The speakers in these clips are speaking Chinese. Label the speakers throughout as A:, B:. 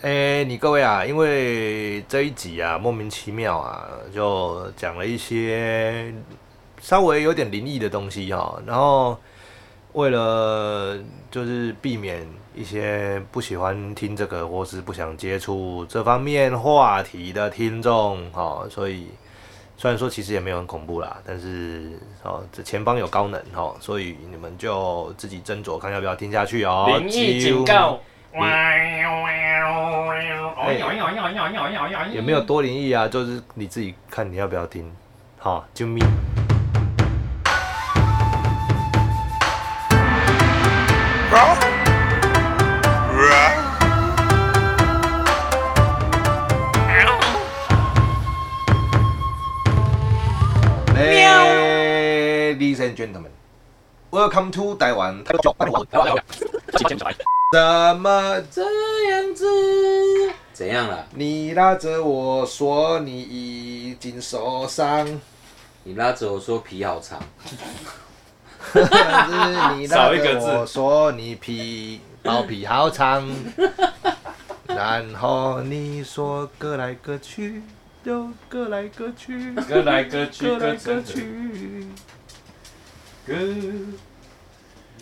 A: 哎，你各位啊，因为这一集啊，莫名其妙啊，就讲了一些稍微有点灵异的东西哈、然后为了就是避免一些不喜欢听这个或是不想接触这方面话题的听众哈、所以虽然说其实也没有很恐怖啦，但是哦，这前方有高能哈、所以你们就自己斟酌看要不要听下去哦。
B: 灵异警
A: 啾
B: 告。
A: 也
B: 也
A: 没有多灵异啊，就是你自己看你要不要听。好，啾咪。Ladies and gentlemen, welcome to 台湾。怎么这样子？
C: 怎样啦？
A: 你拉着我说你已经受 伤，
C: 你拉着我说皮好长，
A: 但是你拉
B: 少一个
A: 着
B: 字
A: 我说你皮包皮好 长，然后你说各来各去，又各来各去，
B: 歌来歌去，
A: 各
B: 歌
A: 来各
B: 成曲，
A: 去。
B: 歌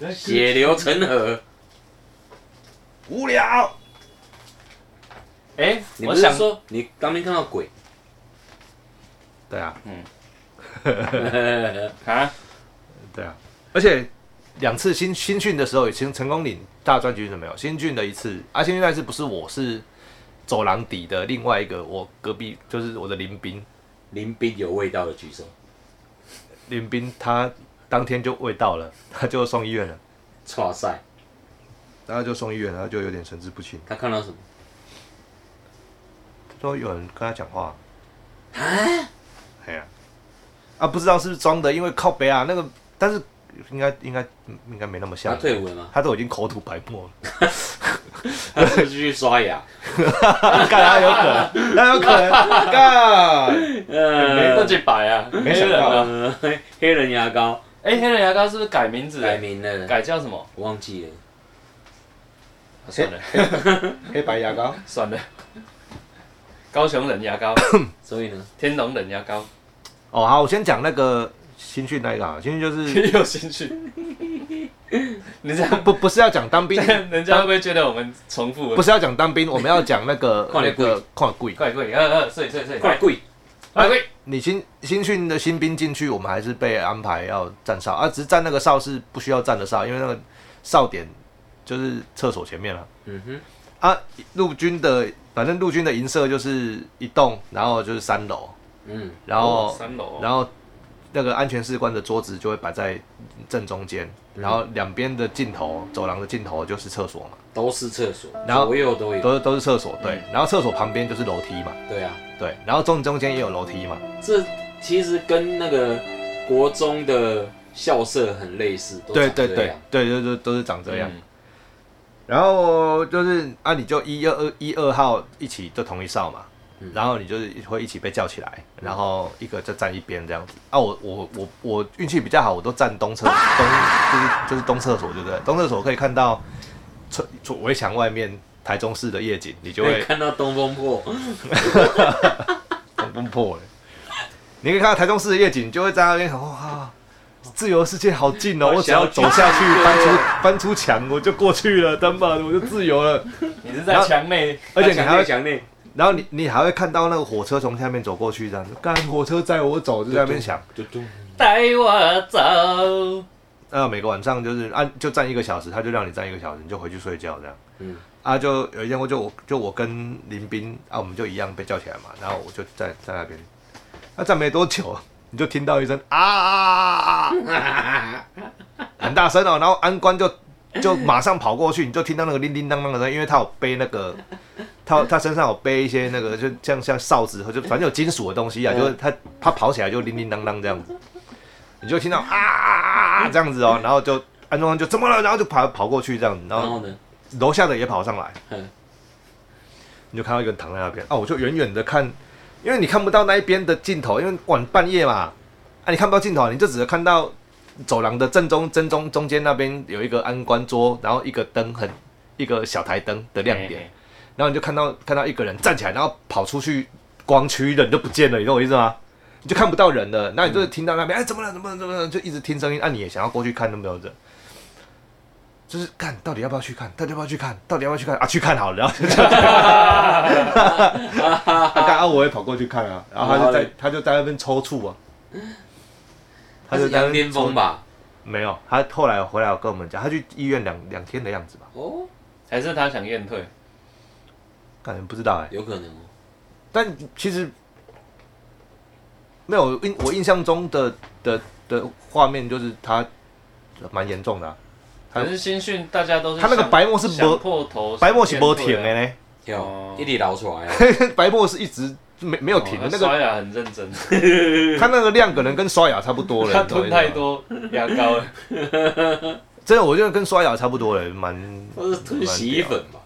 B: 来歌
C: 血流成河。
A: 无聊，
B: 哎，
C: 你
B: 我
C: 不是
B: 想
C: 说你当面看到鬼？
A: 对啊，
B: 啊，
A: 对啊，而且两次新新训的时候，新成功岭大专局是没有新训的一次，啊，新训那次不是我是走廊底的另外一个，我隔壁就是我的林斌，
C: 林斌有味道的举手。
A: 林斌他当天就未到了， 他就送医院了，
C: 哇塞，
A: 然后就送医院了，然后就有点神志不清，
C: 他看到什么？
A: 说有人跟他讲话，啊哎呀、啊，不知道是不是装的，因为靠北啊那个，但是应该应该应该没那么
C: 他
A: 像，
C: 退伍了 吗？
A: 他都已经口吐白沫了。
C: 他是不是去刷牙？
A: 干他有可能，他有可能，干，
B: 没 那
C: 呃，
B: 几百啊，
A: 没想
B: 黑人啊
A: 到
C: 呃黑黑人牙膏
B: 哎，黑人牙膏是不是改名字？
C: 改，名了，
B: 改叫什么？
C: 我忘记了。
B: 啊算了
A: 黑白牙膏，
B: 算了，高雄人 牙膏，
C: 所以呢，
B: 天龙人牙膏，
A: 哦，好，我先讲那个新训那一个啊，新训就是
B: 有兴趣？你这样，
A: 不不是要讲当 兵，
B: 人家会不会觉得我们重复了？
A: 不是要讲当兵，我们要讲那个
C: 跨
A: 那
C: 年贵
A: 个跨贵。
B: 快快，呃呃，睡睡睡，
C: 怪贵，
B: 快快，
A: 你新新训的新兵进去，我们还是被安排要站哨啊，只是站那个哨是不需要站的哨，因为那个哨点就是厕所前面了
C: 嗯哼，
A: 啊。陆军的反正陆军的营舍就是一栋，然后就是三楼，
C: 嗯，
A: 然后
B: 哦三楼，
A: 然后那个安全士官的桌子就会摆在正中间，
C: 嗯
A: 然后两边的尽头，走廊的尽头就是厕所嘛，
C: 都是厕所，
A: 然后
C: 左右都有。
A: 都都是厕所，对。
C: 嗯
A: 然后厕所旁边就是楼梯嘛，
C: 对啊，
A: 对。然后中中间也有楼梯嘛，
C: 这其实跟那个国中的校舍很类似，都
A: 对
C: 长
A: 对
C: 这
A: 对
C: 样
A: 对对对，都啊是长这样。
B: 嗯
A: 然后就是啊，你就一二二一二号一起就同一哨嘛
C: 嗯。
A: 然后你就是会一起被叫起来，然后一个就站一边这样子啊。我我我我运气比较好，我都站东厕东，就是就是东厕所，对不对？东厕所可以看到从从围墙外面台中市的夜景，你就
C: 可以
A: 会
C: 看到东风破，
A: 崩破了。你可以看到台中市的夜景，你就会在那边想哇，自由世界好近哦！
B: 好
A: 我只要
B: 小
A: 走
B: 景
A: 下去，
B: 对
A: 翻出翻出墙，我就过去了，他妈的我就自由了。
B: 你是在墙内，
A: 而且你还
C: 强
A: 会
C: 烈强烈，
A: 然后你你还会看到那个火车从下面走过去，这样子，干火车载我走，就在那边想。
C: 嘟嘟，
B: 带我走。
A: 那每个晚上就是啊，就站一个小时，他就让你站一个小时，你就回去睡觉这样。
C: 嗯，
A: 啊，就有一天我就我就我跟林斌啊，我们就一样被叫起来嘛，然后我就在在那边，啊站没多久，你就听到一声啊啊啊啊啊，很大声哦，然后安官就就马上跑过去，你就听到那个叮叮当当的声音，因为他有背那个，他他身上有背一些那个，就像像哨子，就反正有金属的东西啊，就是他他跑起来就叮叮当当这样子，你就听到啊啊啊啊这样子哦，然后就安官就怎么了，然后就跑跑过去这样子，然
C: 然
A: 后
C: 后呢，
A: 楼下的也跑上来
C: 嗯，
A: 你就看到一个人躺在那边。哦，我就远远的看，因为你看不到那一边的尽头，因为晚半夜嘛，啊，你看不到尽头，你就只能看到走廊的正中正中
B: 哎
A: 中间那边有一个安官桌，然后一个灯很一个小台灯的亮点，
B: 嘿嘿
A: 然后你就看到看到一个人站起来，然后跑出去光区，人就不见了，你懂我意思吗？你就看不到人了，那你就是听到那边哎怎么了怎么了怎么了，就一直听声音，那、啊你也想要过去看有没有人，就是看到底要不要去看，到底要不要去看，到底要不要去看啊？去看好了，然后就这样，啊干啊我也跑过去看啊，然后他就在他就在那边抽搐啊，
C: 他是
A: 在那
C: 羊
A: 边
C: 癫疯吧？
A: 没有，他后来回来有跟我们讲，他去医院两两天的样子吧，
C: 哦，
B: 还是他想验退？
A: 感觉不知道哎、
C: 有可能哦。
A: 但其实没有印我印象中的的的画面就是他蛮严重的啊、他
B: 可是新训大家都是
A: 他那个
B: 想
A: 白沫是
B: 想
A: 没
B: 破头，
A: 白沫是没停的
B: 哎，
A: 呢，
C: 跳
B: 哦
C: 一滴老出来啊，
A: 白沫是一直没没有停的、
B: 哦
A: 那
B: 刷
A: 个，
B: 牙很认真，
A: 他那个量可能跟刷牙差不 多了，
B: 他
A: 你懂我
B: 吞
A: 意思吗
B: 太，多牙膏 了，
A: 真的我觉得跟刷牙差不多了，蛮
C: 都是吞洗衣，粉吧？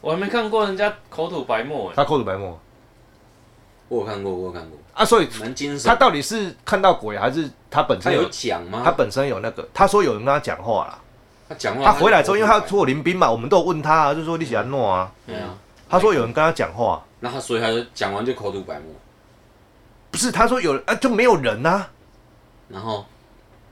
B: 我还没看过人家口吐白沫哎，
A: 他扣着白沫
C: 我有看过，我有看过，
A: 啊，所以
C: 蛮精
A: 他
C: 神。
A: 到底是看到鬼还是他本
C: 他
A: 身
C: 有
A: 有
C: 讲啊吗？
A: 他本身有那个，他说有人跟他讲话啦。
C: 他讲话，
A: 他回来之后，因为他做林兵嘛，我们都有问他、啊，就说你喜欢诺啊。
C: 对啊，
A: 他说有人跟他讲话，
C: 然后所以他就讲完就口吐白沫，
A: 不是他说有人啊，就没有人啊，
C: 然后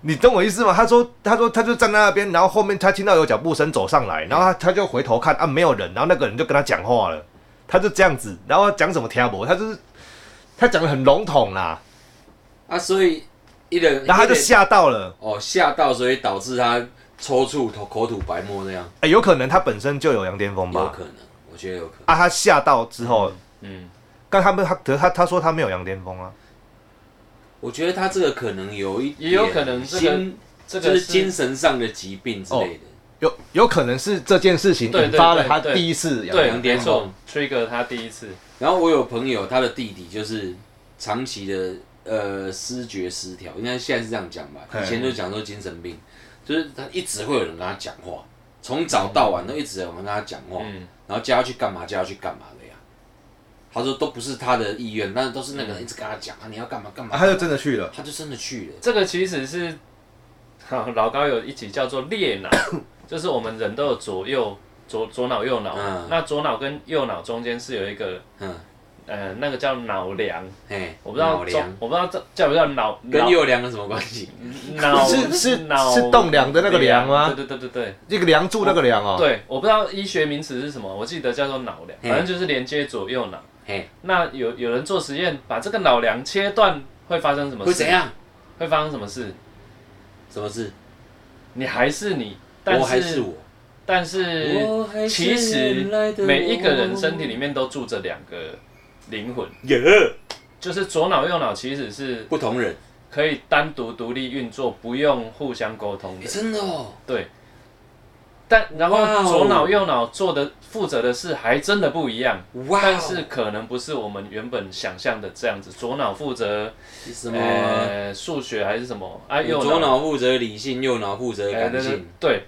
A: 你懂我意思吗？他说他说他就站在那边，然后后面他听到有脚步声走上来，然后他他就回头看啊，没有人，然后那个人就跟他讲话了，他就这样子，然后讲什么听不，他就是他讲的很笼统啦，
C: 啊，所以一人，
A: 然后他就
C: 一人
A: 吓到了，
C: 哦吓到，所以导致他抽搐、口口吐白沫那样，
A: 哎、有可能他本身就有羊癫疯
C: 有
A: 嗯吧？
C: 可能，我觉得有可能。
A: 啊，他吓到之后，
B: 嗯，
A: 但他们他可是他他说他没有羊癫疯啊，
C: 我觉得他这个可能有一点
B: 也有可能这个
C: 心
B: 这
C: 就
B: 个
C: 是精神上的疾病之类的。
A: 有有可能是这件事情
B: 对对
A: 引发了他
B: 对对
A: 第一次羊癫
B: 对，
C: 羊癫
B: 没错
C: 疯
B: ，trigger 他第一次，
C: 然后我有朋友，他的弟弟就是长期的呃失觉失调，应该现在是这样讲吧？
A: 嗯
C: 以前就讲说精神病，就是他一直会有人跟他讲话，从早到晚都一直有人跟他讲
A: 哦
C: 话，
B: 嗯，
C: 然后叫他去干嘛，叫他去干嘛的呀。他说都不是他的意愿，但是都是那个人一直跟他讲啊，你要干嘛干嘛，
A: 啊，他就真的去了。
C: 他就真的去了。
B: 这个其实是老高有一集叫做裂脑，就是我们人都有左右左左脑右脑，
C: 嗯
B: 那左脑跟右脑中间是有一个
C: 嗯，
B: 呃那个叫脑梁，
C: 嘿，
B: 我不知道
C: 脑
B: 中
C: 梁
B: 我不知道这叫不叫脑
C: 跟
B: 脑
C: 右梁有什么关系？
B: 脑
A: 是是
B: 脑
A: 是栋梁的那个梁吗
B: 对对对对对。
A: 那个梁柱那个梁哦、
B: 对，我不知道医学名词是什么，我记得叫做脑梁，
C: 嘿
B: 反正就是连接左右脑。
C: 嘿，
B: 那有有人做实验，把这个脑梁切断会发生什么事？
C: 会怎？样？
B: 会发生什么事？
C: 什么事？
B: 你还是你，但
C: 我还是我。
B: 但是
C: 我还是
B: 其实
C: 原来的我
B: 每一个人身体里面都住着两个灵魂，
C: 耶
B: 就是左脑右脑其实是
C: 不同人，
B: 可以单独独立运作，不用互相沟通
C: 诶
B: 的。
C: 真的哦，
B: 对。但然
C: 哇
B: 后
C: 哦
B: 左脑右脑做的负责的事还真的不一样，
C: 哇哦！
B: 但是可能不是我们原本想象的这样子。左脑负责
C: 什么？
B: 呃数学还是什么啊？右
C: 左脑负责理性，右脑负责
B: 哎
C: 感
B: 对对
C: 性。
B: 对，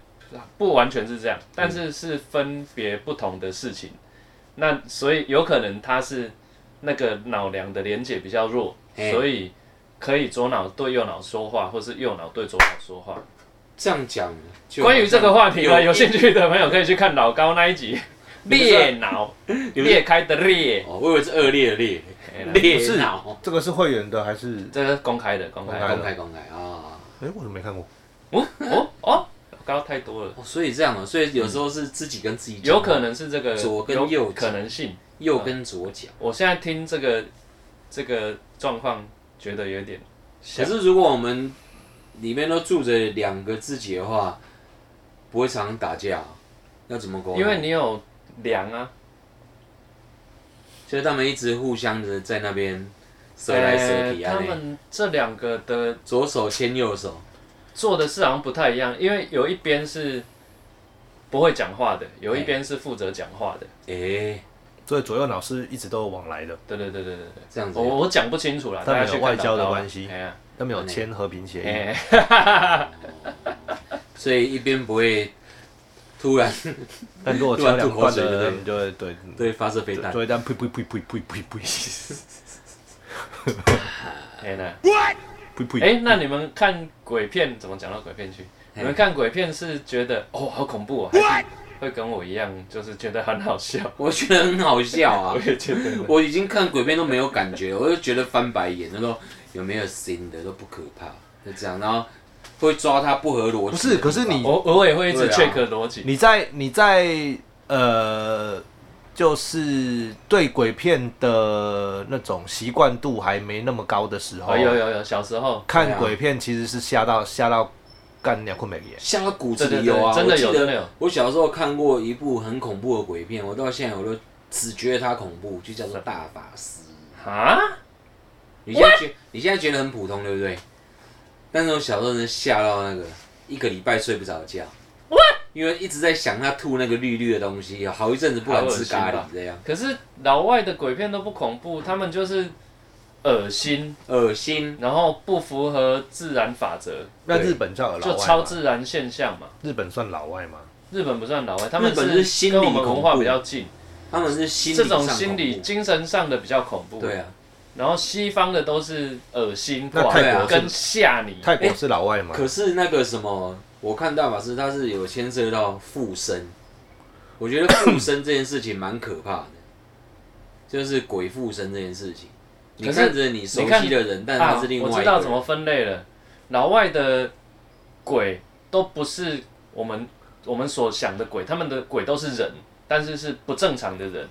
B: 不完全是这样，但是是分别不同的事情。那所以有可能他是那个脑梁的连接比较弱，
C: 嘿
B: 所以可以左脑对右脑说话，或是右脑对左脑说话。
C: 这样讲，就
B: 关于这个话题呢，
C: 有
B: 有兴趣的朋友可以去看老高那一集。
C: 你不是
B: 裂脑，裂开的裂，
C: 哦，我以为是恶劣的劣
B: 哎，
A: 不
C: 劣
A: 是
C: 脑。
A: 这个是会员的还是？
B: 这个是公开的，公开
A: 公
B: 的。
A: 开
C: 公开公开啊！
A: 哎、我怎么没看过？
B: 哦哦哦，老高太多了，
C: 哦，所以这样啊，所以有时候是自己跟自己讲，
B: 有可能是这个
C: 左跟右
B: 有可能性。
C: 右跟左讲。
B: 我现在听这个这个状况，觉得有点
C: 可
B: 像。
C: 是如果我们里面都住着两个自己的话，不会常常打架啊，要怎么沟通？
B: 因为你有梁啊，
C: 就是他们一直互相的在那边摔来摔去
B: 呃
C: 啊
B: 他，们这两个的
C: 左手牵右手，
B: 做的事好像不太一样，因为有一边是不会讲话的，有一边是负责讲话的。
C: 诶，
A: 所以左右脑是一直都有往来的，
B: 对对对对对对，
C: 这样子
B: 我我讲不清楚了，
A: 他们有
B: 大家去
A: 外
B: 看
A: 交的
B: 老高啊
A: 关系
B: 哎呀，
A: 他们有签和平协议。
B: 哎，
C: 所以一边不会突然
A: 但如果敲两罐
C: 乱吐口水
A: 的，
C: 对
A: 他们就会对
C: 对发射飞弹
A: 就，会这样呸呸呸呸呸呸呸呸
B: 哎呀，
A: 呸。
B: 哎，那你们看鬼片怎么讲到鬼片去？
C: 嘿
B: 你们看鬼片是觉得哦好恐怖哦，还是会跟我一样，就是觉得很好笑。
C: 我觉得很好笑啊
B: 我！也觉得，
C: 我已经看鬼片都没有感觉了，我就觉得翻白眼，那个有没有新的都不可怕，就这样，然后会抓他不合逻辑的地方。
A: 不是可是你
B: 我我也会一
C: 对
B: 直
C: 啊
B: check 逻辑。
A: 你在你在呃，就是对鬼片的那种习惯度还没那么高的时候，
B: 哦，有有有，小时候
C: 对
A: 看
C: 啊
A: 鬼片其实是吓到吓到干两困美耶。
C: 吓到骨子里有啊！
B: 对对对真的有
C: 我记得
B: 真的有
C: 我小时候看过一部很恐怖的鬼片，我到现在我都只觉得它恐怖，就叫做《大法师》。
B: 啊，
C: 你现在觉你现在觉得很普通，对不对？但是我小时候能吓到那个一个礼拜睡不着觉，因为一直在想他吐那个绿绿的东西，好一阵子不敢吃
B: 好恶
C: 咖
B: 心
C: 喱
B: 吧
C: 这样，
B: 可是老外的鬼片都不恐怖，他们就是恶心，
C: 恶心。
B: 然后不符合自然法则，
A: 那
C: 对
A: 日本叫老
B: 就
A: 外
B: 超
A: 嘛，
B: 自然现象嘛。
A: 日本算老外吗？
B: 日本不算老外，他们
C: 日本是心理
B: 跟我们文化
C: 恐怖
B: 比较近，
C: 他们是心理
B: 这
C: 上
B: 种
C: 恐怖
B: 心理精神上的比较恐怖。
C: 对啊，
B: 然后西方的都是恶心
A: 那
B: 挂
A: 泰
C: 国
B: 的
C: 是
B: 跟吓你，
A: 泰国是老外吗？
C: 可是那个什么，我看大法师他是有牵涉到附身，我觉得附身这件事情蛮可怕的，就是鬼附身这件事情。你
B: 可是
C: 看着你熟
B: 你看
C: 悉的人，但
B: 啊
C: 他是另外一
B: 我
C: 个
B: 知
C: 人。
B: 道怎么分类了。老外的鬼都不是我们我们所想的鬼，他们的鬼都是人，但是是不正常的人，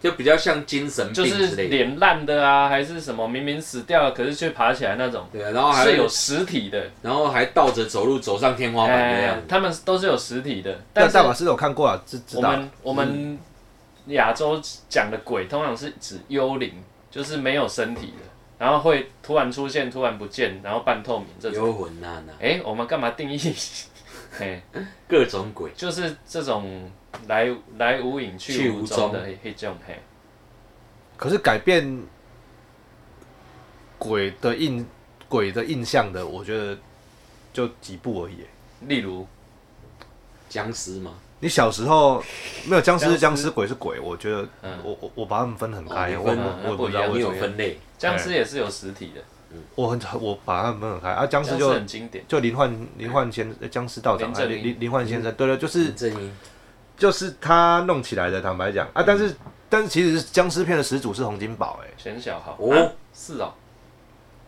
C: 就比较像精神
B: 就
C: 病
B: 是
C: 之类的。
B: 脸烂的啊，还是什么明明死掉了，可是却爬起来那种，
C: 对啊，然后还
B: 是有实体的。
C: 然后还倒着走路走上天花板那样
B: 哎，他们都是有实体的，
A: 但
B: 但
A: 大
B: 是
A: 法师有看过啊，知知
B: 我
A: 道。
B: 们我们亚洲讲的鬼通常是指幽灵，就是没有身体的，然后会突然出现、突然不见，然后半透明这种。
C: 幽魂呐呐，
B: 哎、我们干嘛定义？哎，
C: 各种鬼。
B: 就是这种来来无影去无踪的黑种嘿，
A: 可是改变鬼的印鬼的印象的，我觉得就几部而已耶。
B: 例如
C: 僵尸吗？
A: 你小时候没有僵尸是
B: 僵
A: 僵
B: 尸
A: 尸，鬼是鬼，我觉得
B: 嗯
A: 我我我把他们分很
C: 哦
A: 开，
C: 你
A: 我
C: 分
B: 啊
A: 我
B: 那
A: 我
B: 不
A: 不
B: 一
A: 知
B: 样
A: 道
C: 你
A: 为什
C: 有
A: 么，
C: 分类，
B: 僵尸也是有实体的，
A: 我很我把他们分很开啊。僵尸
B: 僵
A: 就
B: 尸很经典。
A: 就林焕林焕先呃僵尸道长
B: 林嗯
A: 啊
B: 正英
A: 林林林焕先生，对对，就是
C: 是正音。
A: 就是他弄起来的。坦白讲啊，但是但是其实僵尸片的始祖是洪金宝，哎，
B: 选小豪
C: 哦
B: 啊是哦，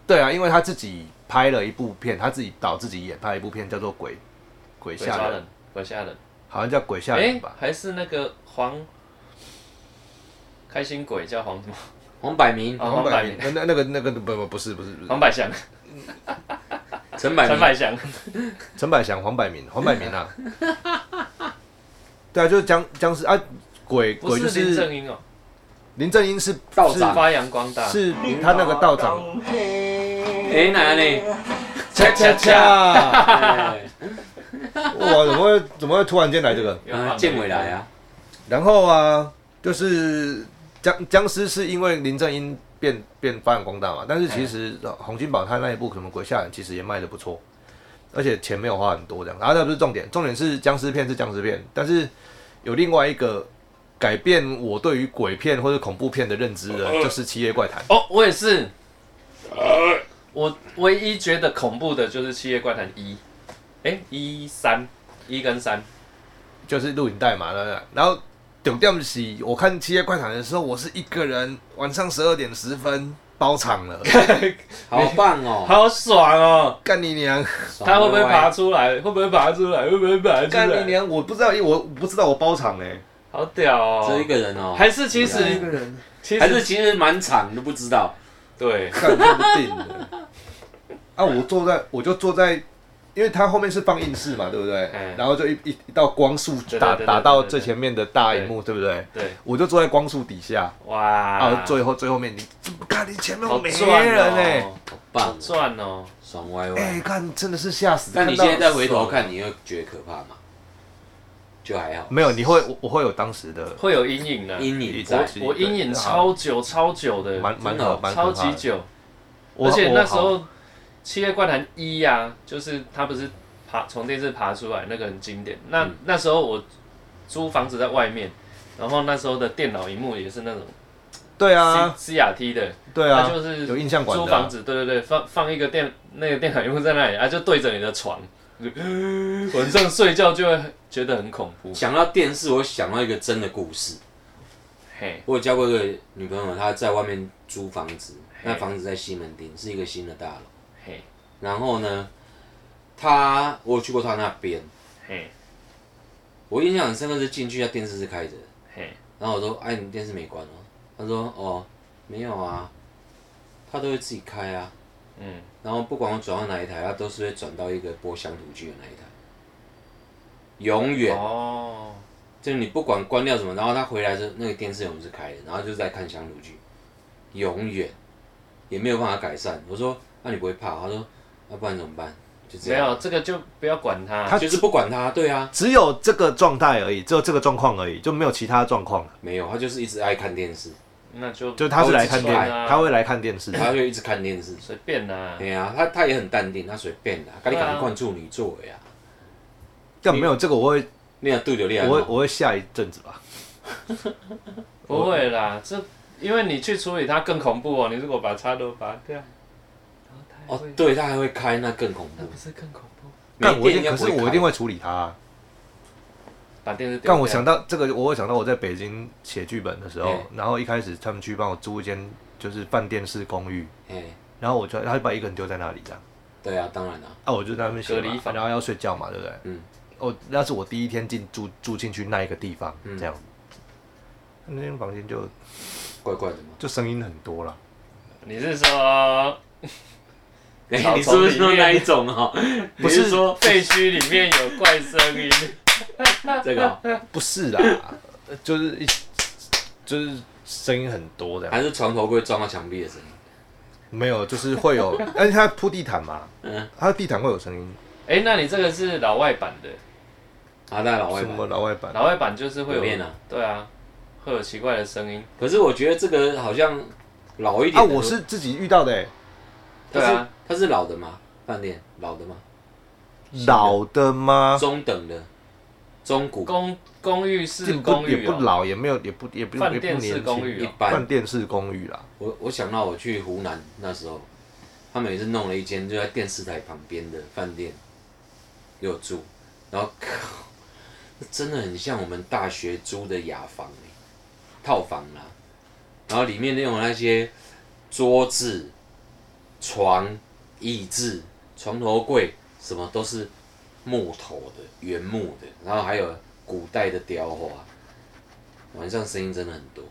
A: 对啊，因为他自己拍了一部片，他自己导自己演拍了一部片叫做《鬼鬼
B: 鬼
A: 吓
B: 抓
A: 人》，
B: 人，鬼吓人，
A: 好像叫《鬼吓人
B: 哎》，
A: 吧？
B: 还是那个黄开心鬼叫黄什么？
C: 黄百鸣、
B: 哦黄百鸣
A: 那那那个那个不不不是不是不是
B: 黄百祥，
C: 陈百
B: 陈
C: 鸣，
B: 百祥，
A: 陈百祥、黄百鸣、黄百鸣 啊，对啊，就是僵僵尸啊，鬼
B: 不
A: 鬼就是
B: 林
A: 是
B: 正英哦，
A: 林正英是
C: 道长
B: 发扬光大，
A: 是是他那个道 长，
C: 哎哪呢？
A: 恰恰恰，
C: 哎
A: 哇，怎么会怎么会突然间来这个？
B: 又放
C: 建伟来啊！
A: 然后啊，就是僵僵尸是因为林正英变变发扬光大嘛，但是其实洪金宝他那一部什么鬼吓人，其实也卖的不错，而且钱没有花很多这样。然后那不是重点，重点是僵尸片是僵尸片，但是有另外一个改变我对于鬼片或者恐怖片的认知的，就是《七夜怪谈》。
B: 哦，我也是。哎我唯一觉得恐怖的就是《七夜怪谈一》，哎，一三一 跟三，
A: 就是录影带嘛，对不对？然后酒店洗，我看《七夜怪谈》的时候，我是一个人，晚上十二点十分包场了，
C: 好棒哦！
B: 好爽哦！
A: 干你娘！
C: 爽
B: 他会不会
C: 歪歪
B: 爬？出来？会不会爬出来？会不会爬出
A: 干你
B: 来？
A: 娘！我不知道，因为我不知道我包场哎、
B: 好屌
C: 只有一
B: 哦！
C: 个人哦，
B: 还是其
C: 一
B: 实
A: 人
B: 其
C: 还是
B: 实
C: 其实蛮长，都不知道。
B: 对，
A: 看不定的。啊，我坐在，我就坐在，因为它后面是放映室嘛，对不对？
B: 嗯
A: 然后就一一一道光束
B: 对对
A: 打
B: 对对
A: 打到
B: 对对
A: 最前面的大荧幕，对不对？
B: 对，
A: 我就坐在光束底下，然
C: 哦
B: 哇
A: 后，最后最后面，你看你前面
B: 好
A: 没
B: 赚
A: 人哎、
B: 哦，
C: 好棒，
B: 赚哦！
C: 爽歪
A: 哎、
C: 歪。
A: 看真的是吓死。
C: 但你
A: 看到
C: 现在再回头
A: 爽，
C: 看，你会觉得可怕吗？就还好，
A: 没有，你会我我会有当时的
B: 会有阴影的，
C: 阴影
A: 我
C: 在。
A: 是
B: 我阴影
A: 对
B: 超久超久的，
A: 蛮蛮
C: 真的哦
A: 好，蛮
B: 超
A: 可怕
B: 级
A: 的。
B: 久。
A: 我
B: 而且那时，
A: 我
B: 候《七夜怪谈一》呀，就是他不是爬从电视爬出来，那个很经典。那、
C: 嗯
B: 那时候我租房子在外面，然后那时候的电脑荧幕也是那种
A: 对
B: C、
A: 啊，
B: CRT 的，
A: 对啊
B: 它，就是
A: 有印象馆
B: 租
A: 的啊
B: 房子，对对对，放放一个电那个电脑荧幕在那里，啊，就对着你的床，晚上睡觉就会觉得很恐怖。
C: 讲到电视，我想到一个真的故事。
B: 嘿，
C: 我有交过一个女朋友，她在外面租房子，那房子在西门町，是一个新的大楼。
B: 嘿，
C: 然后呢，她我有去过她那边，
B: 嘿，
C: 我印象很深刻是进去，她电视是开着的，
B: 嘿，
C: 然后我说：“哎，你电视没关哦。”她说：“哦，没有啊，她都会自己开啊。
B: 嗯，
C: 然后不管我转到哪一台，她都是会转到一个播乡土剧的那一台，永远。
B: 哦，
C: 就是你不管关掉什么，然后他回来之后，那个电视永远是开的，然后就在看乡土剧，永远也没有办法改善。我说，那、你不会怕？他说，那、不然怎么办？就这
B: 没
C: 样，
B: 有这个就不要管它。
A: 他
C: 就是不管他，对啊，
A: 只有这个状态而已，只有这个状况而已，就没有其他状况了。
C: 没有，他就是一直爱看电视，
B: 那
C: 嗯
B: 就
A: 就他是来看电，
B: 都是啊
A: 他会来看电视。
C: 他就一直看电视。
B: 随便啦。
C: 对啊，他他也很淡定，他随便啦，跟你
B: 对啊
C: 赶快处女座呀，
A: 但没有这个，我会，
C: 你要对着你啊
A: 我，会，我会下一阵子吧。
B: 不会啦，这因为你去处理它更恐怖哦。你如果把插头拔掉，然后它还
C: 哦
B: 会，，
C: 对他还会开，那更恐
B: 那
C: 怖
B: 不。是更恐怖？
A: 但我一
C: 没电应
A: 定，
C: 该
A: 可
C: 不
A: 是
C: 会啊开
A: 我一定会处理它啊。
B: 把电视丢掉。
A: 但我想到这个，我会想到我在北京写剧本的时候
C: 嗯，
A: 然后一开始他们去帮我租一间就是饭店式公寓，
C: 哎，
A: 然后我就他就把一个人丢在那里这样，
C: 对啊，当然啦，
A: 啊，我就在那边写
B: 隔
A: 嘛
B: 离房
A: 然后要睡觉嘛，对不对？
C: 嗯，
A: 哦，那是我第一天进住住进去那一个地方，
C: 嗯
A: 这样，那间房间就
C: 怪怪的嘛。
A: 就声音很多了。
B: 你是说
C: 哎，
B: 草丛
C: 你是不是说
B: 里面
C: 那一种哦？
A: 不是
C: 你说
B: 废墟里面有怪声 音？
C: 这个哦？
A: 不是啦， 呃就是一就是声音很多的，
C: 还是床头柜撞到墙壁的声音。
A: 没有，就是会有，而且它铺地毯嘛，
C: 嗯，
A: 它的地毯会有声音，
B: 哎、那你这个是老外版的，
C: 阿啊大老外
A: 什
C: 版
A: 么老外版，
B: 老外版就是会
C: 普遍
B: 有，
C: 啊。
B: 对啊，会有奇怪的声音。
C: 可是我觉得这个好像老一点
A: 啊，
C: 的都。
A: 我是自己遇到的欸、
C: 它
B: 对
C: 是
B: 啊
C: 它是老的吗？饭店老的吗？
A: 老的吗？
C: 中等的，中古
B: 公公寓
A: 也
B: 式
A: 不
B: 公
A: 也
B: 寓、
A: 不
B: 哦，
A: 老，也没有，也不也不
B: 饭
A: 也不
B: 店
A: 年
B: 式
A: 轻，
B: 公寓
C: 一
B: 哦
A: 饭
C: 般。
A: 店式公寓啦，
C: 我我想到我去湖南那时候，他们也是弄了一间就在电视台旁边的饭店，给我住，然后靠，那真的很像我们大学租的雅房、欸、套房啦、然后里面那种那些桌子、床、椅子、床头柜什么都是木头的、原木的，然后还有古代的雕花，晚上声音真的很多。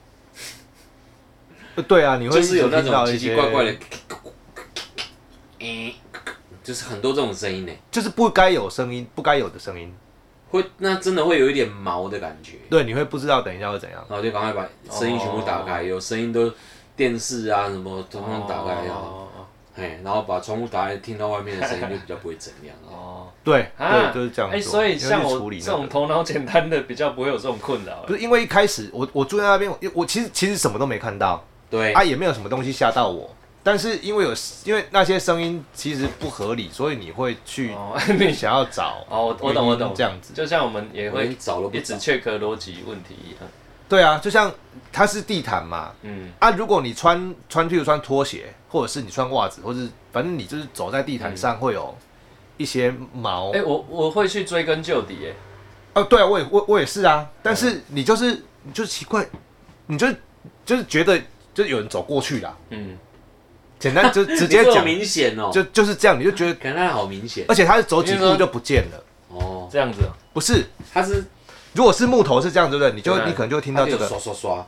A: 呃对啊，你会
C: 就是有那
A: 一直听到
C: 种奇
A: 一些
C: 奇怪怪的，诶就是很多这种声音呢，
A: 就是不该有声音，不该有的声音，
C: 会那真的会有一点毛的感觉，
A: 对，你会不知道等一下会怎样。
C: 然后就赶快把声音全部打
A: 哦
C: 开，有声音都电视啊什么通通打开啊，
B: 哦
C: 嘿，然后把窗户打开，听到外面的声音就比较不会怎样
B: 哦
C: 哦。
B: 哦，
A: 对，
B: 啊
A: 对，就是这样
B: 哎、
A: 做。
B: 所以
A: 因为
B: 像
A: 去
B: 我
A: 处理那
B: 这种
A: 个
B: 头脑简单的，比较不会有这种困扰啊
A: 不。是因为一开始我我住在那边，我我其实其实什么都没看到，
B: 哎
C: 对
A: 啊，也没有什么东西吓到我。但是因为有因为那些声音其实不合理，所以你会去
B: 哦， 你
A: 想要找
B: 哦，我我懂我
A: 原
B: 懂
A: 因，这样子。
B: 就像我们也
C: 我连
B: 会
C: 找都不
B: 一直
C: 找，
B: check 逻辑问题一样。
A: 对啊，就像它是地毯嘛，
B: 嗯，
A: 啊，如果你穿穿譬如穿拖鞋，或者是你穿袜子，或者是反正你就是走在地毯上会有一些毛。
B: 哎、我我会去追根究底，哎，
A: 哦，对啊，我也我我也是啊，但是你就是你就是奇怪，你就就是觉得就是有人走过去啦，
B: 嗯，
A: 简单就直
C: 你这
A: 接
C: 么
A: 讲，
C: 明显哦，
A: 就就是这样，你就 觉得
C: 感觉好 明显
A: 而且他是走几步就不见了。
C: 哦，
B: 这样子哦、
A: 不是，
C: 它是
A: 如果是木头是这样，对不对？你就
B: 对啊
A: 你可能就会听
C: 它
A: 到
C: 就
A: 这个，
C: 有刷刷刷，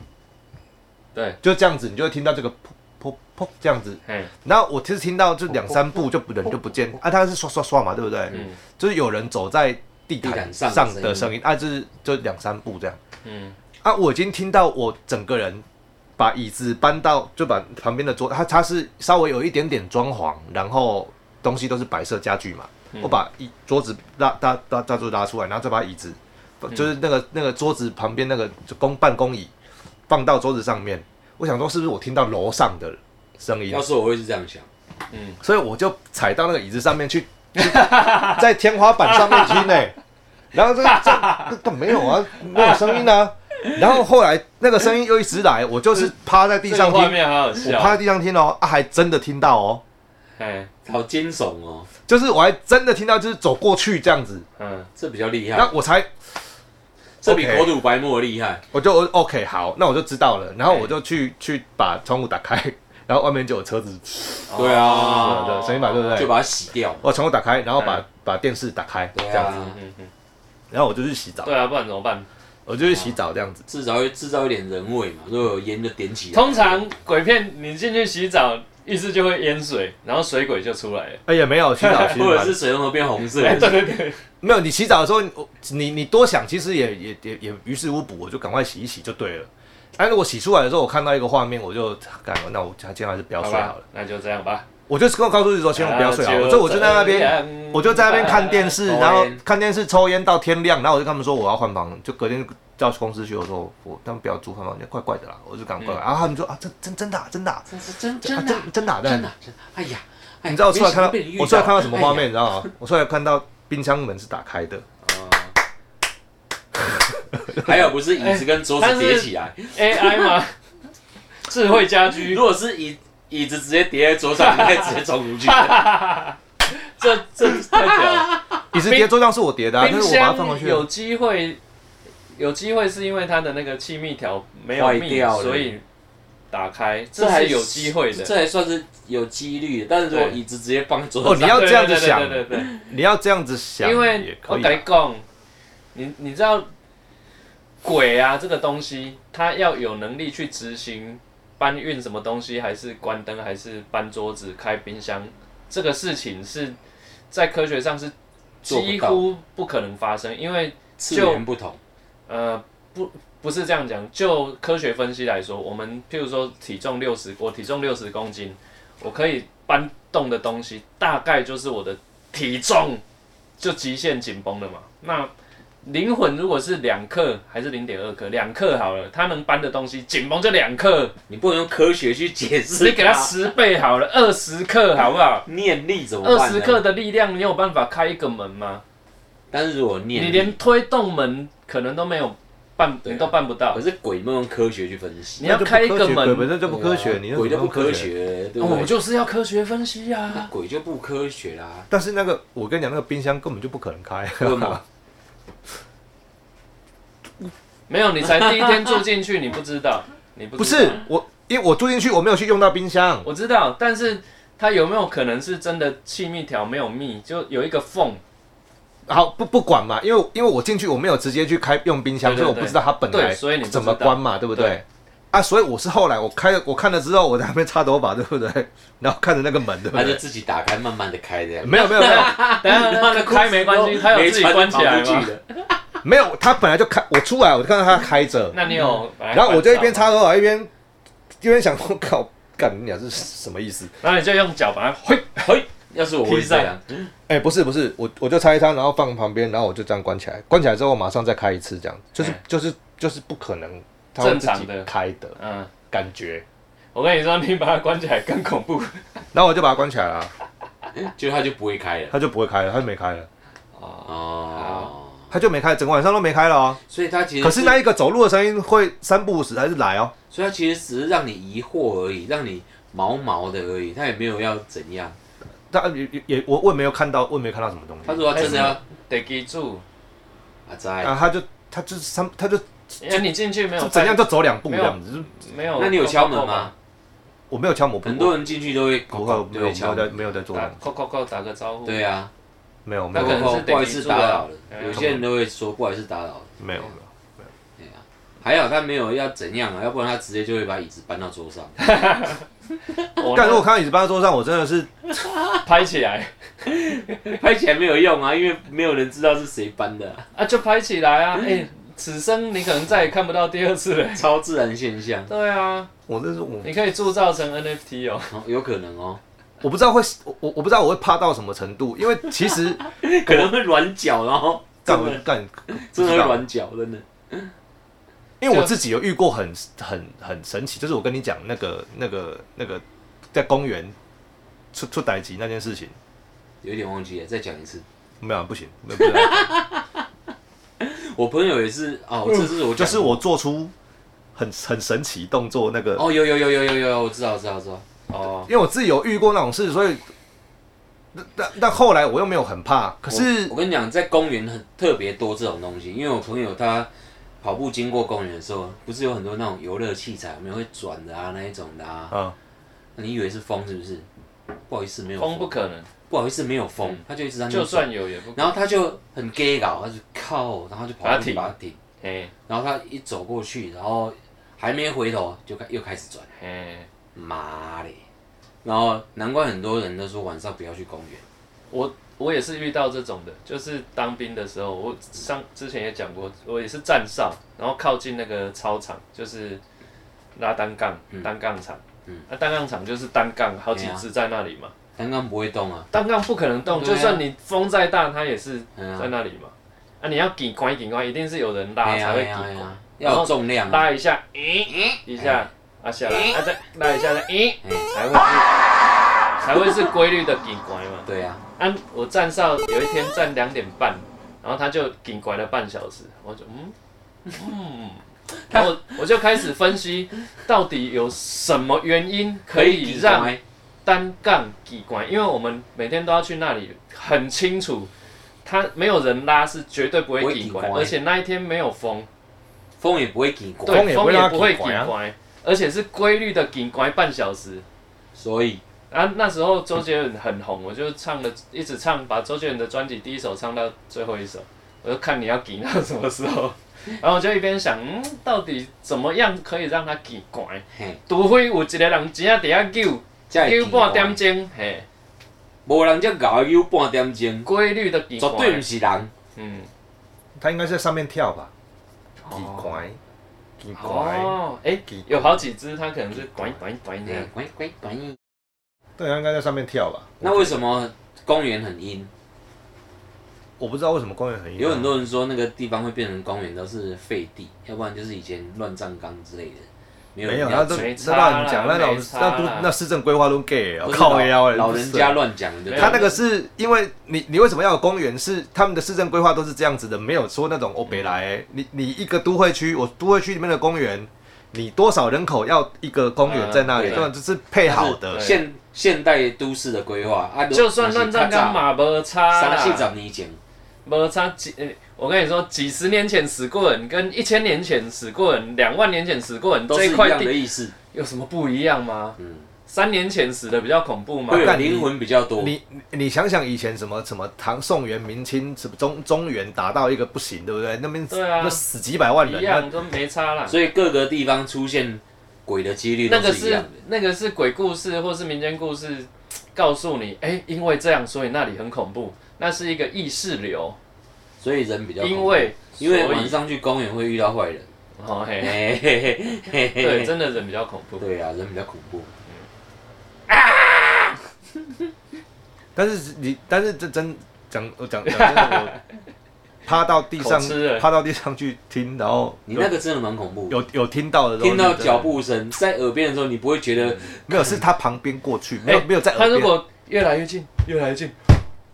B: 对，
A: 就这样子，你就会听到这个噗噗噗这样子。
B: 嘿，
A: 然后我其实听到就两三步就不人就不见啊，它是刷刷刷嘛，对不对？
B: 嗯
A: 就是有人走在地
C: 地
A: 毯
C: 毯上
A: 上的
C: 的声
A: 声音啊，就是就两三步这样
B: 嗯，
A: 啊，我已经听到我整个人。把椅子搬到，就把旁边的桌，它它是稍微有一点点装潢，然后东西都是白色家具嘛，我把椅桌子拉拉拉拉桌子拉出来，然后再把椅子，就是那个那个桌子旁边那个就公办公椅放到桌子上面。我想说是不是我听到楼上的声音
C: 要，是我会是这样想，
A: 所以我就踩到那个椅子上面去，去在天花板上面听呢、然后这个这这没有啊，没有声音啊。然后后来那个声音又一直来，我就是趴在地
B: 这个
A: 上听
B: 画，面好好
A: 我趴
B: 笑，
A: 在地上听哦，啊，还真的听到哦，
B: 哎，
C: 好惊悚哦，
A: 就是我还真的听到就是走过去这样子，
B: 嗯，
C: 这比较厉害
A: 那，我才
C: 这比
A: OK
C: 口吐白沫厉害。
A: 我就我 OK 好，那我就知道了，然后我就去去把窗户打开，然后外面就有车子，
C: 对
B: 哦
C: 啊
A: 对声音嘛对不哦对
C: 就把它洗掉。
A: 我窗户打开，然后把、
B: 嗯
A: 把电视打开这
C: 对
A: 样子，
C: 啊，
B: 嗯嗯，
A: 然后我就去洗澡，
B: 对啊，不然怎么办？
A: 我就去洗澡这样子。
C: 至少会制造一点人味嘛，如果有烟就点起来。
B: 通常鬼片你进去洗澡，浴室就会淹水，然后水鬼就出来了。
A: 哎、也没有洗 澡，其实
C: 或者
A: 蛮
C: 是水龙头变红色，
B: 哎对对对，
A: 没有。你洗澡的时候，你你多想，其实也也也也于事无补，我就赶快洗一洗就对了。但是我洗出来的时候，我看到一个画面，我就啊干，那我今天还是不要
B: 好
A: 睡
B: 吧
A: 好了。，
B: 那就这样吧。
A: 我就跟我告诉自己说，千万不要睡好了。
B: 啊
A: 我就我就在那边，，我就在那边看电视，
C: 抽烟
A: 然后看电视抽烟到天亮，然后我就跟他们说我要换房，就隔天叫公司去，我说我他们不要租换房间，怪怪的啦，我就赶快，
B: 嗯
A: 然后他们说啊真真真的啊真的啊
C: 这是真
A: 啊
C: 真的啊
A: 真真的啊
C: 真
A: 真
C: 的
A: 的啊，
C: 啊真的啊。哎呀，哎
A: 你知道我出来看到
C: 没想被你遇
A: 我出来看到什么画面，你知道吗？我出来看到冰箱门是打开的，
C: 哎呀？还 有不是椅子跟桌子叠起
B: 哎
C: 来，
B: AI 嘛，智慧家居
C: 如，果是椅椅子直接叠在桌上，你可以直接冲 出去。
B: 这这太屌了。
A: 椅子叠桌上是我叠的、啊，但
B: 冰
A: 是我把它放
B: 箱
A: 回去
B: 有
A: 了。
B: 机会，有机会是因为它的那个气密条没有
C: 坏
B: 密
C: 掉，了
B: 所以打开，这是有机会的。
C: 这还算是有几率的。但是如果
B: 对
C: 椅子直接放桌
A: 哦，
C: 上，
A: 你要这样子
B: 对对对
A: 想，
B: 对对对
A: 你要这样子想，
B: 因
A: 也
B: 为我
A: 可以、
B: 跟你
A: 啊。
B: 讲，你你知道鬼啊这个东西，它要有能力去执行搬运什么东西，还是关灯，还是搬桌子、开冰箱，这个事情是在科学上是
C: 做不
B: 几
C: 到
B: 乎不可能发生，因为
C: 次元不同，
B: 呃，不不是这样讲，就科学分析来说，我们譬如说体重六十，我体重六十公斤，我可以搬动的东西大概就是我的体重就极限紧绷了嘛。那灵魂如果是两克还是零点二克，两克好了，它能搬的东西紧绷就两克，
C: 你不能用科学去解释。
B: 你给它十倍好了，二十克好不好？
C: 念力怎么
B: 二
C: 办呢？
B: 十克的力量，你有办法开一个门吗？
C: 但是如果念
B: 你
C: 力，
B: 连推动门可能都没有办，
C: 对啊
B: 你都办不到
C: 可。是鬼没有用科学去分析。
B: 你要开一个门
A: 本身就不科学，
C: 对啊
A: 你那
C: 鬼
A: 怎
C: 就
A: 么
C: 不
A: 用
C: 科学，对不
B: 我
C: 对？
B: 们就是要科学分析
C: 那
B: 啊。
C: 鬼就不科学啦。
A: 但是那个，我跟你讲，那个冰箱根本就不可能 开。
C: 为什
B: 啊
C: 么
B: 没有，你才第一天住进去，你不知道，你不
A: 不
B: 知道
A: 是我，因为我住进去，我没有去用到冰箱。
B: 我知道，但是它有没有可能是真的气密条没有密，就有一个缝？
A: 好，不不管嘛，因为因为我进去，我没有直接去开用冰箱，
B: 对对
A: 所以我不知道它本来
B: 对所以你不知道
A: 怎么关嘛，对不对
B: 对？
A: 啊，所以我是后来我开了，我看了之后，我在那边插头发，对不 对？然后看着那个门，对不
C: 他就
A: 对？
C: 自己打开，慢慢的开这样。
A: 没有没有没有
B: 等一下那个嗯开没关系，它有自己关起来
C: 没穿就跑出
B: 吗
C: 去？了
A: 没有，它本来就开，我出来我就看到它开着，
B: 那你有？然
A: 然后我就一边，插头啊发一边一边想说，靠，干你俩是什么意思？
B: 然后你就用脚把它嘿嘿，
C: 要是我会这样，
A: 哎、不是不是，我我就拆一张，然后放旁边，然后我就这样关起来，关起来之后我马上再开一次，这样就是、
B: 哎
A: 就是就是不可能它会
B: 正
A: 自
B: 常
A: 己
B: 的
A: 开的
B: 嗯。
A: 感觉，
B: 我跟你说，你把它关起来更恐怖。
A: 然后我就把它关起来了，
C: 就他就不会开了。
A: 它就不会开了，它就没开了，
B: 哦，
C: 哦，
A: 它就没开，整个晚上都没开了哦。
C: 所以他其实
A: 可是那一个走路的声音会三不五时还是来哦，
C: 所以他其实只是让你疑惑而已，让你毛毛的而已，他也没有要怎样。
A: 但也也也我我也没有看到，我也没看到什么东西。
C: 他如果真的要
B: 得记住，
C: 啊，在，
A: 啊，他就他就是三，他就
B: 因哎为你进去没有
A: 就怎样就走两步
B: 没
A: 这
B: 有
A: 样子，就
B: 没有。
C: 那你有敲门吗？
A: 我没有敲门，我不
C: 很多人进去都会
A: 不会，我没有
C: 对
A: 没有
C: 敲
A: 在
C: 门，
A: 没有在做
B: 打
A: 那种，
B: 扣扣扣，打个招呼。
C: 对啊，
A: 没有没
B: 那
A: 有
B: 可能是得
C: 不好意思打扰了
B: 记住啊。
C: 有些人都会说不好意思打扰了。
A: 没有没有，
C: 对啊，还好他没有要怎样啊，要不然他直接就会把椅子搬到桌上。
B: 我
A: 但是我
B: 那
A: 看到椅子搬到桌上，我真的是
B: 拍起来。
C: 拍起来没有用啊，因为没有人知道是谁搬的啊、
B: 啊，就拍起
C: 嗯
B: 来啊！哎、此生你可能再也看不到第二次了。
C: 超自然现象，
B: 对啊，
A: 我真是我
C: 哎
B: 你可以铸造成 NFT 哦。
C: 哦、有可能哦，
A: 我不知道会我我我不知道我会怕到什么程度，因为其 实
C: 可能会软脚，然后
A: 干
C: 真
A: 我
C: 的
A: 干
C: 真的
A: 不
C: 会
A: 知道
C: 软脚，真的。
A: 因为我自己有遇过很很很神奇，就是我跟你讲那个那个那个在公园出出歹集那件事情，
C: 有点忘记了，再讲一次。
A: 没有不行， 没有不行
C: 我朋友也是哦，这是我
A: 嗯
C: 讲
A: 就是我做出很很神奇动作那个，
C: 哦哦，有有有有有有，我知道我知道我知道。
B: 哦，
A: 因为我自己有遇过那种事，所以那但但后来我又没有很怕，可是
C: 我我跟你讲，在公园很特别多这种东西，因为我朋友他跑步经过公园的时候，不是有很多那种游乐器材，有没有会转的啊那一种的啊？
A: 啊，
C: 那你以为是风是不是？不好意思，没有
B: 风不可能，
C: 不好意思没有风，他就一直在那边
B: 就
C: 转
B: 算有也不可
C: 然后他就很 gay 搞，他就靠，然后就跑
B: 把
C: 过
B: 他
C: 去
B: 停
C: 把它停，
B: 嘿
C: 然后他一走过去，然后还没回头就开又开始转，
B: 嘿。
C: 妈嘞！然后难怪很多人都说晚上不要去公园，
B: 我我也是遇到这种的，就是当兵的时候，我上之前也讲过，我也是站哨，然后靠近那个操场，就是拉单杠、单杠场，
C: 嗯
B: 那、单杠场就是单杠好几
C: 对啊
B: 只在那里嘛，
C: 刚刚不会动啊，
B: 单杠不可能动，
C: 对啊
B: 就算你风再大，它也是
C: 对啊
B: 在那里嘛。啊，你要顶关顶关，一定是有人拉
C: 哎呀
B: 才
C: 哎
B: 会啊顶
C: 呀哎
B: 关
C: 呀，，
B: 然
C: 要有
B: 后
C: 重量啊，
B: 拉一下，咦、一下啊下来，啊再拉一下，再咦、哎
C: 哎
B: 才会是才会是规律的顶关嘛。
C: 对啊，
B: 啊，我站哨有一天站两点半，然后他就顶拐了半小时，我就嗯嗯，然后我就开始分析到底有什么原因可以让
C: 哎
B: 单杠底拐，因为我们每天都要去那里，很清楚，他没有人拉是绝对不
C: 不
B: 会
C: 会
B: 底
C: 顶
B: 拐，
C: 拐
B: 而且那一天没有风，
C: 风也不会顶过，
A: 风
B: 对，
A: 也不
B: 风
A: 会
B: 也
A: 让
B: 不
A: 它
B: 会
A: 顶
B: 底
A: 拐啊
B: 拐，而且是规律的顶拐半小时，
C: 所以
B: 啊，那时候周杰伦很红，我就唱了，一直唱，把周杰伦的专辑第一首唱到最后一首，我就看你要给到什么时候，然后我就一边想，嗯，到底怎么样可以让他给拐？
C: 嘿，
B: 除非有一个人真正底下救，
C: 才会
B: 救
C: 顶
B: 半点
C: 乖，
B: 钟，嘿，
C: 无人这搞有半点钟，
B: 规律的给
C: 绝对
B: 拐
C: 不，是人，
B: 嗯，
A: 他应该是在上面跳吧，
B: 哦
A: 几拐几拐，
B: 哦，哎、
A: 奇怪
B: 有好几只，它可能是拐拐拐这样
C: 哎，乖乖乖。
A: 对，他应该在上面跳吧。
C: 那为什么公园很阴？
A: 我不知道为什么公园
B: 嗯
A: 很阴啊
C: 有很多人说那个地方会变成公园都是废地，要不然就是以前乱葬岗之类的，没有
A: 没
C: 人
A: 有，
C: 要
A: 那都
B: 没
A: 那
B: 差啦
A: 让你讲，那老
B: 没差
A: 那
B: 啦
A: 都那市政规划都 gay 啊，
C: 不是
A: 靠腰哎，
C: 老
A: 不是
C: 人家乱讲的，
A: 他那个是因为你，你为什么要有公园？是他们的市政规划都是这样子的，没有说那种欧北来、你你一个都会区，我都会区里面的公园，你多少人口要一个公园在那里？
B: 嗯
A: 这、这是配好的
C: 是
B: 对。
C: 现现代都市的规划啊，
B: 就算乱葬岗嘛，无差
C: 三四
B: 啦，
C: 十年前，
B: 无差几，呃我跟你说，几十年前死过人，跟一千年前死过人，两万年前死过人，
C: 都
B: 这
C: 是
B: 一
C: 一
B: 块
C: 样
B: 地
C: 的意思，
B: 有什么不一样吗？
C: 嗯，啊
B: 三年前死的比较恐怖吗
C: 会？有
A: 干你
C: 灵魂比较多，
A: 你你你想想以前什么什么唐宋元明清什么中中原打到一个不行，对不对？那边
B: 对啊
A: 那死几百万
B: 一
A: 人，
B: 样
A: 那
B: 都没差啦。
C: 所以各个地方出现鬼的几率
B: 啊那
C: 都
B: 个
C: 是一
B: 是
C: 样的。
B: 那个是鬼故事或是民间故事，告诉你，哎、因为这样，所以那里很恐怖，那是一个意识流，
C: 所以人比较恐怖
B: 因为
C: 因为
B: 所以
C: 晚上去公园会遇到坏 人，
B: 哦嘿，
C: 嘿嘿嘿嘿嘿
B: 对，真的人比较恐怖。
C: 对啊，人比较恐怖。
A: 但是你但是这真讲我讲讲真的，我趴到地上
B: 口吃了
A: 趴到地上去听，然后
C: 你那个真的蛮恐怖的，
A: 有有听到的时候
C: 听到
A: 就真的
C: 脚步声在耳边的时候，你不会觉得
A: 没有，是他旁边过去，没有、
B: 哎
A: 没有在
B: 他
A: 耳
B: 如
A: 边。
B: 果越来越近，越来越近，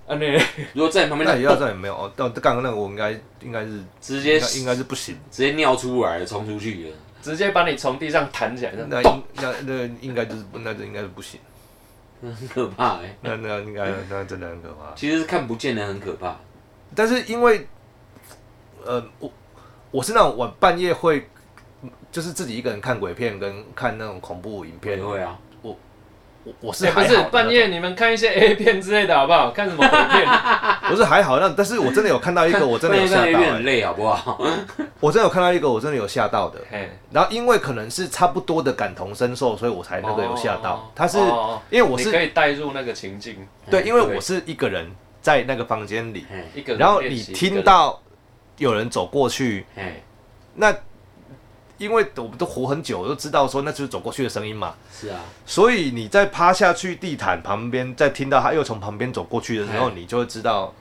B: 啊那
C: 如果在你旁
A: 那
C: 边
A: 也
C: 的，
A: 要这也没有哦，但刚刚那个我应该应该是
C: 直接
A: 应该应该是不行，
C: 直接尿出来了，冲出去了。
B: 直接把你从地上弹起来，这样
A: 那应那那应该就是那就应该是不行，
C: 很可怕哎、
A: 那那应该那真的很可怕。
C: 其实是看不见的，很可怕。
A: 但是因为，呃，我我是那种晚半夜会，就是自己一个人看鬼片跟看那种恐怖影
C: 也
A: 片，我
C: 会啊，
A: 我是
B: 哎不
A: 还好
B: 是
A: 的
B: 半夜，你们看一些 A 片之类的好不好？看什么鬼 片？
A: 我是还好那，但是我真的有看到一 个，我真的有吓
C: 半夜
A: 到、
C: 看 A 片
A: 欸
C: 很累，好不好？
A: 我真的有看到一个，我真的有吓到的。
B: 嘿，
A: 然后因为可能是差不多的感同身受，所以我才那个有吓
B: 哦
A: 到。他是
B: 哦
A: 因为我
B: 你
A: 是
B: 可以带入那个情境，
A: 对，因为我是一个人在那个房间里，
C: 嘿，
B: 一个人
A: 然后
B: 练
A: 你
B: 习
A: 听，到有人走过去，
C: 嘿，
A: 那因为我们都活很久，都知道说那就是走过去的声音嘛，
C: 是啊，
A: 所以你在趴下去地毯旁边，再听到他又从旁边走过去的时候，
C: 哎
A: 你就会知道，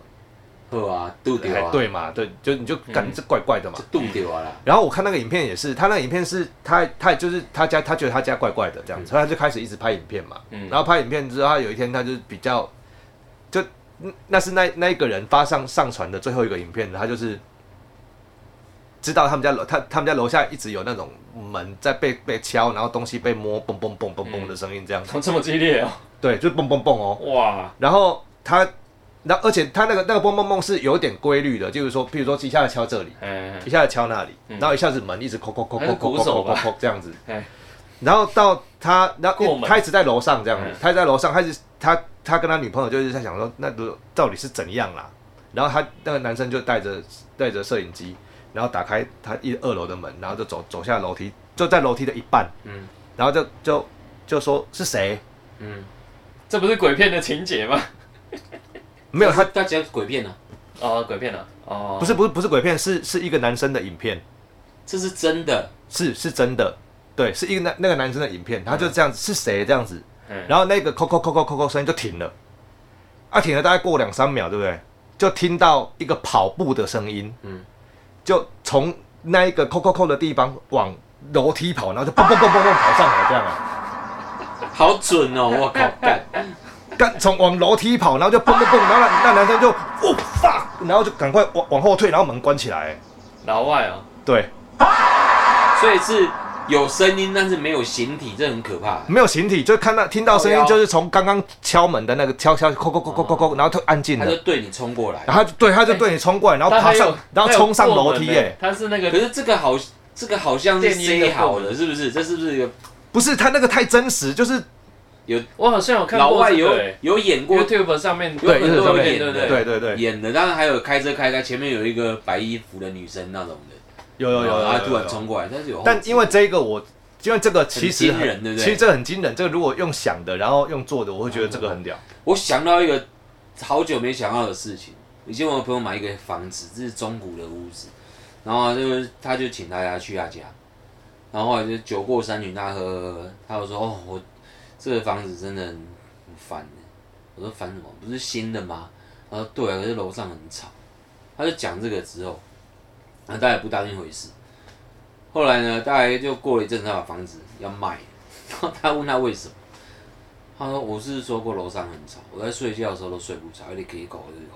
C: 喝啊，渡掉
A: 哎
C: 啊，，
A: 对嘛，对，就你就感觉这怪怪的嘛
C: 就。渡掉啊啦。
A: 然后我看那个影片也是，他那个影片是他他就是他家他觉得他家怪怪的这样子，所以他就开始一直拍影片嘛。
B: 嗯
A: 然后拍影片之后，他有一天他就是比较，就嗯那是那那一个人发上上传的最后一个影片，他就是知道他们家楼他他们家楼下一直有那种门在被被敲，然后东西被摸，嘣嘣嘣嘣嘣的声音这样子，
B: 哦这么激烈哦，
A: 对，就是嘣嘣嘣哦。
B: 哇，
A: 然后它，那而且它那个那个蹦蹦蹦是有点规律的，就是说，譬如说一下子敲这里，
B: 哎
A: 一下子敲那里，然后一下子门一直扣扣扣
B: 还
A: 扣
B: 是
A: 扣
B: 鼓
A: 扣
B: 手
A: 扣
B: 吧
A: 扣这样子，
B: 哎，
A: 然后到他，那
B: 过门
A: 开始在楼上这样子
B: 嗯，
A: 他在楼上开始，他他跟他女朋友就是在想说，那如到底是怎样啦？然后他那个男生就带着带着摄影机，然后打开他一二楼的门，然后就走走下楼梯，就在楼梯的一半，
C: 嗯
A: 然后就就就说是谁？
C: 嗯，
B: 这不是鬼片的情节吗？
A: 没有，他
C: 他讲鬼片呢、啊，
B: 哦，鬼片啊，哦，
A: 不是不是不是鬼片，是是一个男生的影片，
C: 这是真的。
A: 是是真的，对，是一个那那个男生的影片，他就这样子是谁这样子，
B: 嗯，
A: 然后那个扣扣扣扣扣扣声音就停了，啊，停了大概过两三秒，对不对？就听到一个跑步的声音，
C: 嗯
A: 就从那一个扣扣扣的地方往楼梯跑，然后就蹦蹦蹦蹦蹦跑上来，这样啊，
C: 好准哦！我靠，干
A: 干从往楼梯跑，然后就蹦蹦蹦，然后那那男生就哦 fuck，然后就赶快往往后退，然后门关起来，
B: 老外啊，
A: 对，
C: 所以是有声音，但是没有形体，这很可怕。
A: 没有形体，就看到听到声
C: 靠
A: 音，
C: 腰
A: 就是从刚刚敲门的那个敲敲扣扣扣扣扣扣，然后就安静
C: 他
A: 了
C: 就，对你冲过来，
A: 然后他就对他就对你冲过来，然后
B: 他
A: 爬
B: 还
A: 上
B: 有，，
A: 然后
B: 他有
A: 冲上
B: 过
A: 楼
B: 门
A: 梯
B: 的
A: 耶、
B: 他是那
C: 可
B: 个
C: 是这个好，这个好像是
B: 电音的
C: C 好
B: 部
C: 的，
B: 分
C: 是不是？这是不是有
A: 不是他那个太真实，就是
C: 有
B: 我好像有看
C: 老
B: 过
C: 外
B: 这个
C: 有
B: 欸
C: 有演过
B: YouTube 上面
C: 有很
A: 对
C: 多
A: 有
C: 人
A: 演
C: 演的，
B: 对
A: 对对对，
C: 演的，当然还有开车开开，前面有一个白衣服的女生那种的，
A: 有有有有，
C: 然
A: 有
C: 后她突然，冲过来，但是有，
A: 但因为这个我。因为这个其实
C: 很惊人对不对
A: 其实这很惊人。这个如果用想的，然后用做的，我会觉得这个很屌。
C: 我想到一个好久没想到的事情，以前我有朋友买一个房子，这是中古的屋子，然后他就他就请大家去他家，然后后来就酒过三巡，大家喝喝喝，他就说哦，我这个房子真的很很烦的，我说烦什么？不是新的吗？他说对啊，可是楼上很吵，他就讲这个之后，然后大家也不当一回事。后来呢，大概就过了一阵子，他把房子要卖了，然后他问他为什么。他说：“我是说过楼上很吵，我在睡觉的时候都睡不着，有点可以搞这个。”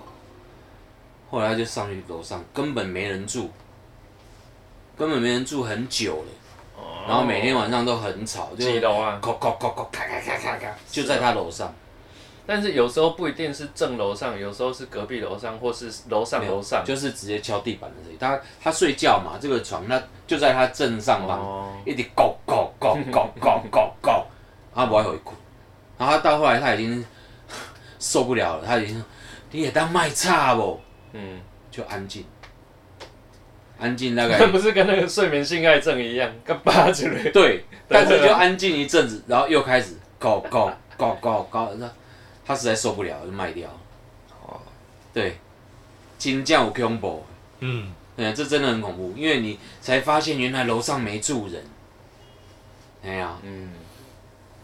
C: 后来他就上去楼上，根本没人住，根本没人住很久了，
B: 哦
C: 然后每天晚上都很吵，就
B: 几楼啊？
C: 扣扣扣扣咔咔咔咔咔，就在他楼上。
B: 但是有时候不一定是正楼上，有时候是隔壁楼上，或是楼上
C: 没有
B: 楼上。
C: 就是直接敲地板的声音。他他睡觉嘛，这个床那就在他正上方，
B: 哦
C: 一直搞搞搞搞搞搞搞，他不爱回困。然后他到后来他已经受不了了，他已经你也当卖差不，
B: 嗯，
C: 就安静，安静大概
B: 那 不是跟那个睡眠性爱症一样， 跟八九类。
C: 对，但是就安静一阵子，然后又开始搞搞搞搞搞，那他实在受不了就卖掉。哦，对，金匠有恐怖。
A: 嗯，
C: 哎、这真的很恐怖，因为你才发现原来楼上没住人。哎呀、
B: 嗯，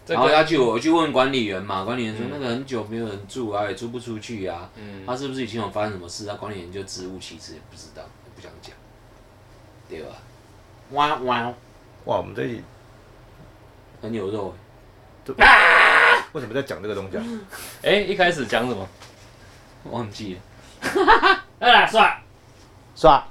B: 这
C: 然后
B: 个
C: 他去我去问管理员嘛，管理员说
B: 嗯
C: 那个很久没有人住啊，也租不出去啊，
B: 嗯
C: 他是不是以前有发生什么事啊？管理员就支吾其词，也不知道，也不想讲，对吧？哇哇，
A: 哇，我们这一
C: 很有肉
A: 为什么在讲这个东西啊？
B: 哎、一开始讲什么？
C: 欸，忘记了。
B: 哎，算了，
A: 是吧？